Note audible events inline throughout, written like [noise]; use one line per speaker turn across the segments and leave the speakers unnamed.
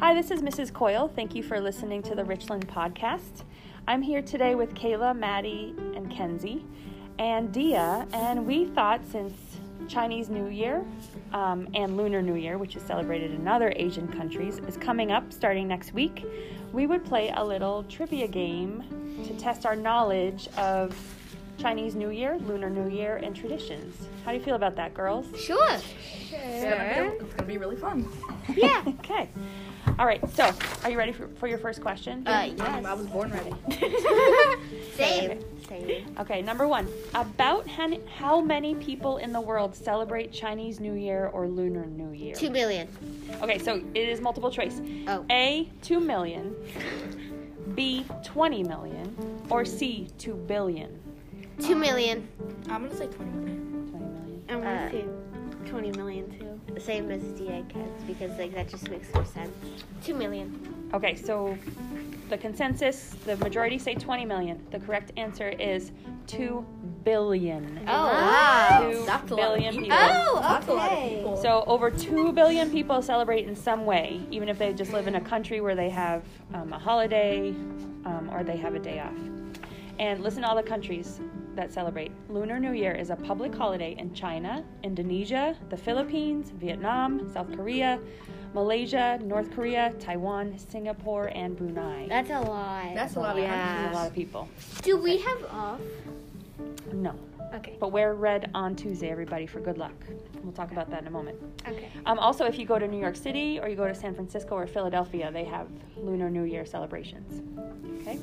Hi, this is Mrs. Coyle. Thank you for listening to the Richland podcast. I'm here today with Kayla, Maddie, and Kenzie, and Dia. And we thought since Chinese New Year um, and Lunar New Year, which is celebrated in other Asian countries, is coming up starting next week, we would play a little trivia game to test our knowledge of Chinese New Year, Lunar New Year, and traditions. How do you feel about that, girls?
Sure.
It's gonna be really fun.
Yeah.
[laughs] Okay. All right. So, are you ready for, for your first question?
Uh,
I was born ready.
yes. Same. Same.
Okay, number one. About han- how many people in the world celebrate Chinese New Year or Lunar New Year?
Two million.
Okay, so it is multiple choice.
Oh.
A, 2 million. B, 20 million. Or C, 2 billion.
Two million.
I'm gonna say 20 million.
20 million.
Um.
I want
Uh,
to see 20 million too.
Same as DA kids because like that just makes more sense. Two million.
Okay, so the consensus, the majority say 20 million. The correct answer is 2 billion.
Oh wow.
2
That's a lot of
billion
people.
people.
Oh,
That's a lot of
okay.
people.
So over two billion people celebrate in some way, even if they just live in a country where they have um, a holiday um, or they have a day off. And listen to all the countries that celebrate. Lunar New Year is a public holiday in China, Indonesia, the Philippines, Vietnam, South Korea, Malaysia, North Korea, Taiwan, Singapore, and Brunei.
That's a lot.
That's a lot of
That's a lot
yeah.
of people.
Do we have off?
No.
Okay.
But wear red on Tuesday, everybody, for good luck. We'll talk about that in a moment.
Okay.
Um, also, if you go to New York City or you go to San Francisco or Philadelphia, they have Lunar New Year celebrations. Okay.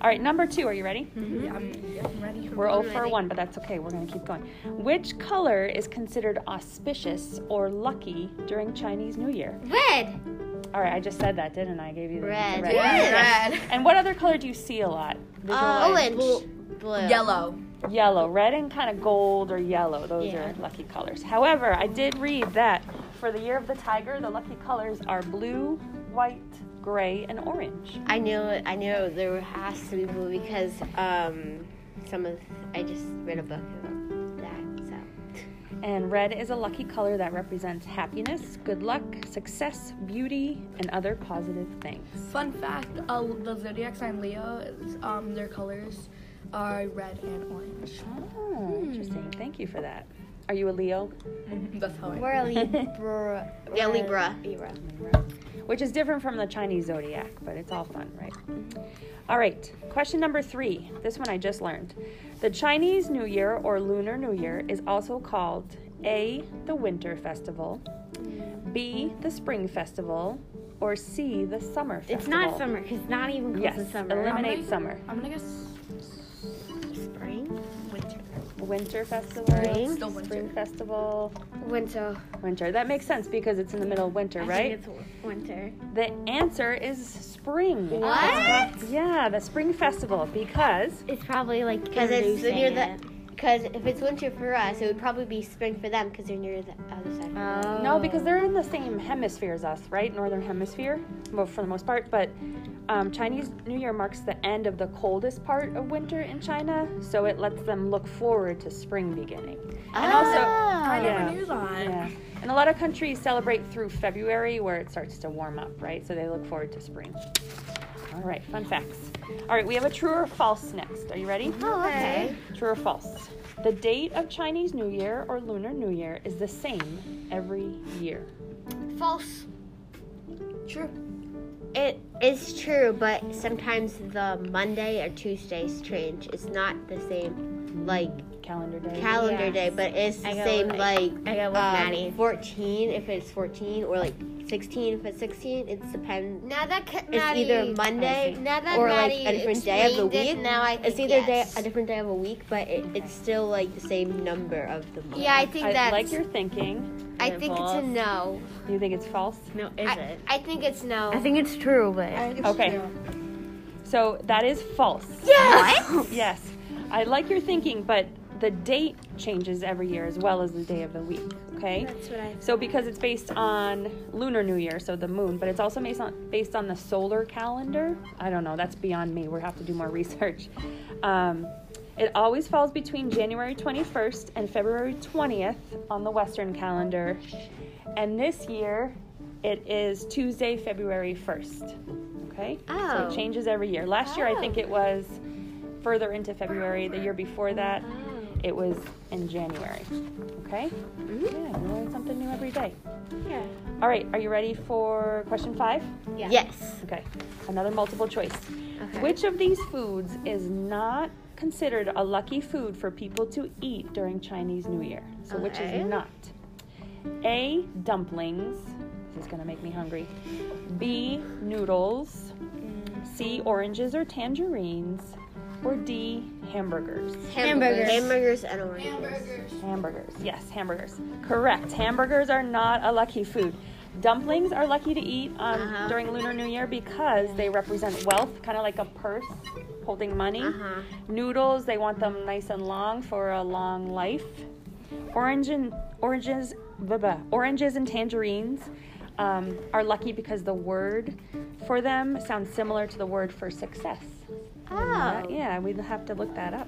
All right, number two. Are you ready?
Yeah, Mm-hmm. I'm, yeah, I'm ready.
We're
I'm
0 for
ready.
1, but that's okay. We're going to keep going. Which color is considered auspicious or lucky during Chinese New Year?
Red.
All right, I just said that, didn't I? I gave you the the
Red.
red.
Yeah.
Red.
And what other color do you see a lot?
Uh,
Visualize.
orange. Blue.
Yellow.
Yellow, red, and kind of gold or yellow. Those
Yeah.
are lucky colors. However, I did read that for the year of the tiger, the lucky colors are blue, white, gray, and orange.
I knew it. I knew there has to be blue because um, some of I just read a book about that. So
And red is a lucky color that represents happiness, good luck, success, beauty, and other positive things.
Fun fact: uh, the zodiac sign Leo, is, um, their colors are red and orange. [laughs]
Oh, interesting. Thank you for that. Are you a Leo?
That's how I.
We're a Libra.
yeah, Libra.
Libra.
Which is different from the Chinese zodiac, but it's all fun, right? All right, question number three. This one I just learned. The Chinese New Year or Lunar New Year is also called A, the Winter Festival, B, the Spring Festival, or C, the Summer Festival.
It's not summer because not even close
Yes,
to summer.
eliminate summer.
I'm gonna guess
Spring,
winter.
Winter Festival,
Spring?
Still winter.
Spring Festival,
winter.
Winter. That makes sense because it's in the middle of winter,
I
right?
think it's w- winter.
The answer is spring.
What?
Yeah, the Spring Festival because
It's probably like
Because it's
introducing
near
it.
the. Because if it's winter for us, it would probably be spring for them because they're near the other side.
Oh.
No, because they're in the same hemisphere as us, right? Northern hemisphere, well, for the most part. But um, Chinese New Year marks the end of the coldest part of winter in China, so it lets them look forward to spring beginning. And also,
I
yeah.
never knew that.
yeah. And a lot of countries celebrate through February where it starts to warm up, right? So they look forward to spring. All right, fun facts. All right, we have a true or false next. Are you ready?
oh, okay.
True or false? The date of Chinese New Year or Lunar New Year is the same every year.
False.
True.
Ah. It is true, but sometimes the Monday or Tuesdays change. It's not the same, like
Calendar day.
calendar
Yeah.
day, but it's the
I go
same
with-
like
I go with Maddie.
um, 14 if it's 14 or like 16 if it's 16. It's depends.
Now that ca-
It's
Maddie,
either Monday
now that
or like
Maddie
a different day of the
explained it,
week.
now I think
It's either
yes.
day a different day of a week, but it, it's still like the same number of the month.
Yeah, I think
I
that's.
like your thinking.
I think it's a
False.
no.
You think it's false?
No, is
I,
it?
I think it's no.
I think it's true, but
Okay. So that is false.
[laughs] yes.
Yes. I like your thinking, but the date changes every year as well as the day of the week, okay?
That's what I.
So because it's based on lunar new year, so the moon, but it's also based on based on the solar calendar. I don't know, that's beyond me. We have to do more [laughs] research. Um, it always falls between January 21st and February 20th on the western calendar. And this year It is Tuesday, February 1st. Okay? So
Oh.
it changes every year. Last year, I think it was further into February. The year before that, it was in January. Okay? Yeah, we learn something new every day.
Yeah.
All right, are you ready for question five?
Yeah.
Yes.
Okay, another multiple choice.
Okay.
Which of these foods is not considered a lucky food for people to eat during Chinese New Year? So, which
Okay.
is not? A. Dumplings. This is going to make me hungry. B. Noodles.
Mm.
C. Oranges or tangerines. Or D. Hamburgers.
Hamburgers.
Hamburgers and oranges.
Hamburgers.
Hamburgers. Yes, hamburgers. Correct. Hamburgers are not a lucky food. Dumplings are lucky to eat um,
Uh-huh.
during Lunar New Year because they represent wealth, kind of like a purse holding money.
Uh-huh.
Noodles, they want them nice and long for a long life. Orange and oranges, blah, blah, oranges and tangerines um, are lucky because the word for them sounds similar to the word for success. Uh,
Oh.
yeah, we'd have to look that up.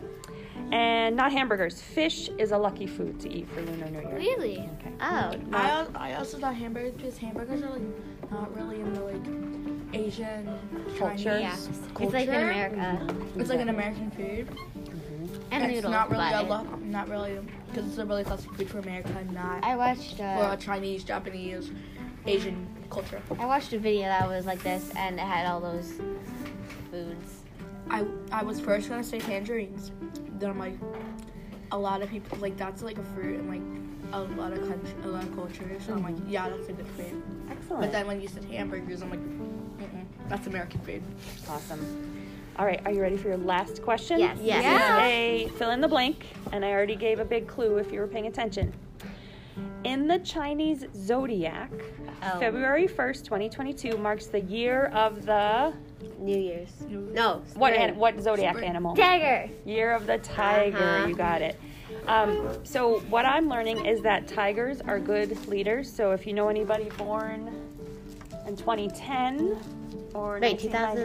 And not hamburgers. Fish is a lucky food to eat for Lunar New Year.
Really?
Okay.
Oh.
I, al- I also thought hamburgers because hamburgers are like not really in the like Asian Chinese.
Culture.
Yeah. It's Mm-hmm.
Culture.
like in America.
It's like an American food.
And
it's
noodles.
not really a
but
lo- not really because it's a really classic food for America, not
I watched
for
uh,
a Chinese, Japanese, Asian culture.
I watched a video that was like this and it had all those foods.
I I was first gonna say tangerines, then I'm like, a lot of people like that's like a fruit in like a lot of country, a lot of cultures. So I'm like, yeah, that's a good food.
Excellent.
But then when you said hamburgers, I'm like, Mm-mm, that's American food.
awesome. All right, are you ready for your last question?
Yes.
This
Yes.
is
Yeah.
a fill in the blank, and I already gave a big clue if you were paying attention. In the Chinese zodiac,
Oh.
February 1st, 2022 marks the year of the
New Year's. No.
what
spring.
an, what zodiac
Spring.
animal?
Dagger.
Year of the Tiger.
Uh-huh.
You got it. Um, so what I'm learning is that tigers are good leaders. So if you know anybody born in 2010 or
Wait, 2000,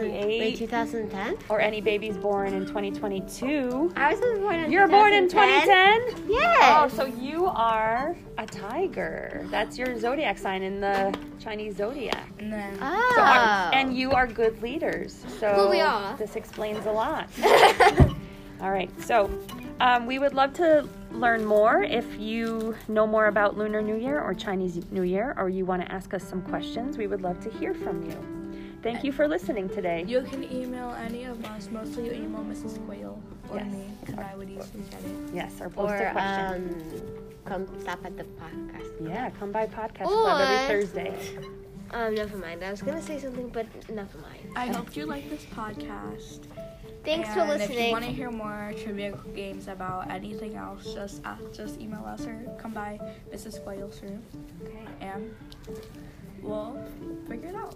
1998
wait, 2010?
or any babies born in 2022,
I was born in
you were born in 2010. Oh,
Yes.
so you are a tiger. That's your zodiac sign in the Chinese zodiac.
And then
Oh.
So are- and you are good leaders. So
Well, we are.
this explains a lot. [laughs] All right. So um, we would love to learn more if you know more about Lunar New Year or Chinese New Year, or you want to ask us some questions. We would love to hear from you. Thank you for listening today.
you can email any of us. Mostly you email Mrs. Quayle or
Yes.
me because I would easily get it.
Yes, or post a
or
question.
um, come stop at the podcast.
yeah, come by Podcast Club
Or-
every Thursday.
Um, never mind. I was gonna say something, but never mind.
I hope you like this podcast.
Thanks for
and If you
listening.
want to hear more trivia games about anything else, just uh, just email us or come by Mrs. Quayle's room,
Okay.
and we'll figure it out.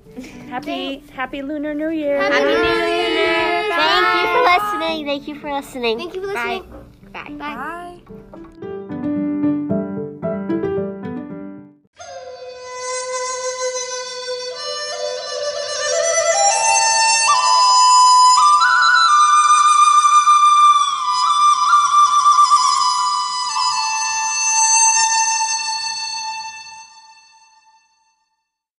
Happy Happy Lunar New Year.
Happy New Year. Thank you for listening. Thank you for listening.
Thank you for listening. Bye.
Bye.
Bye.
Bye.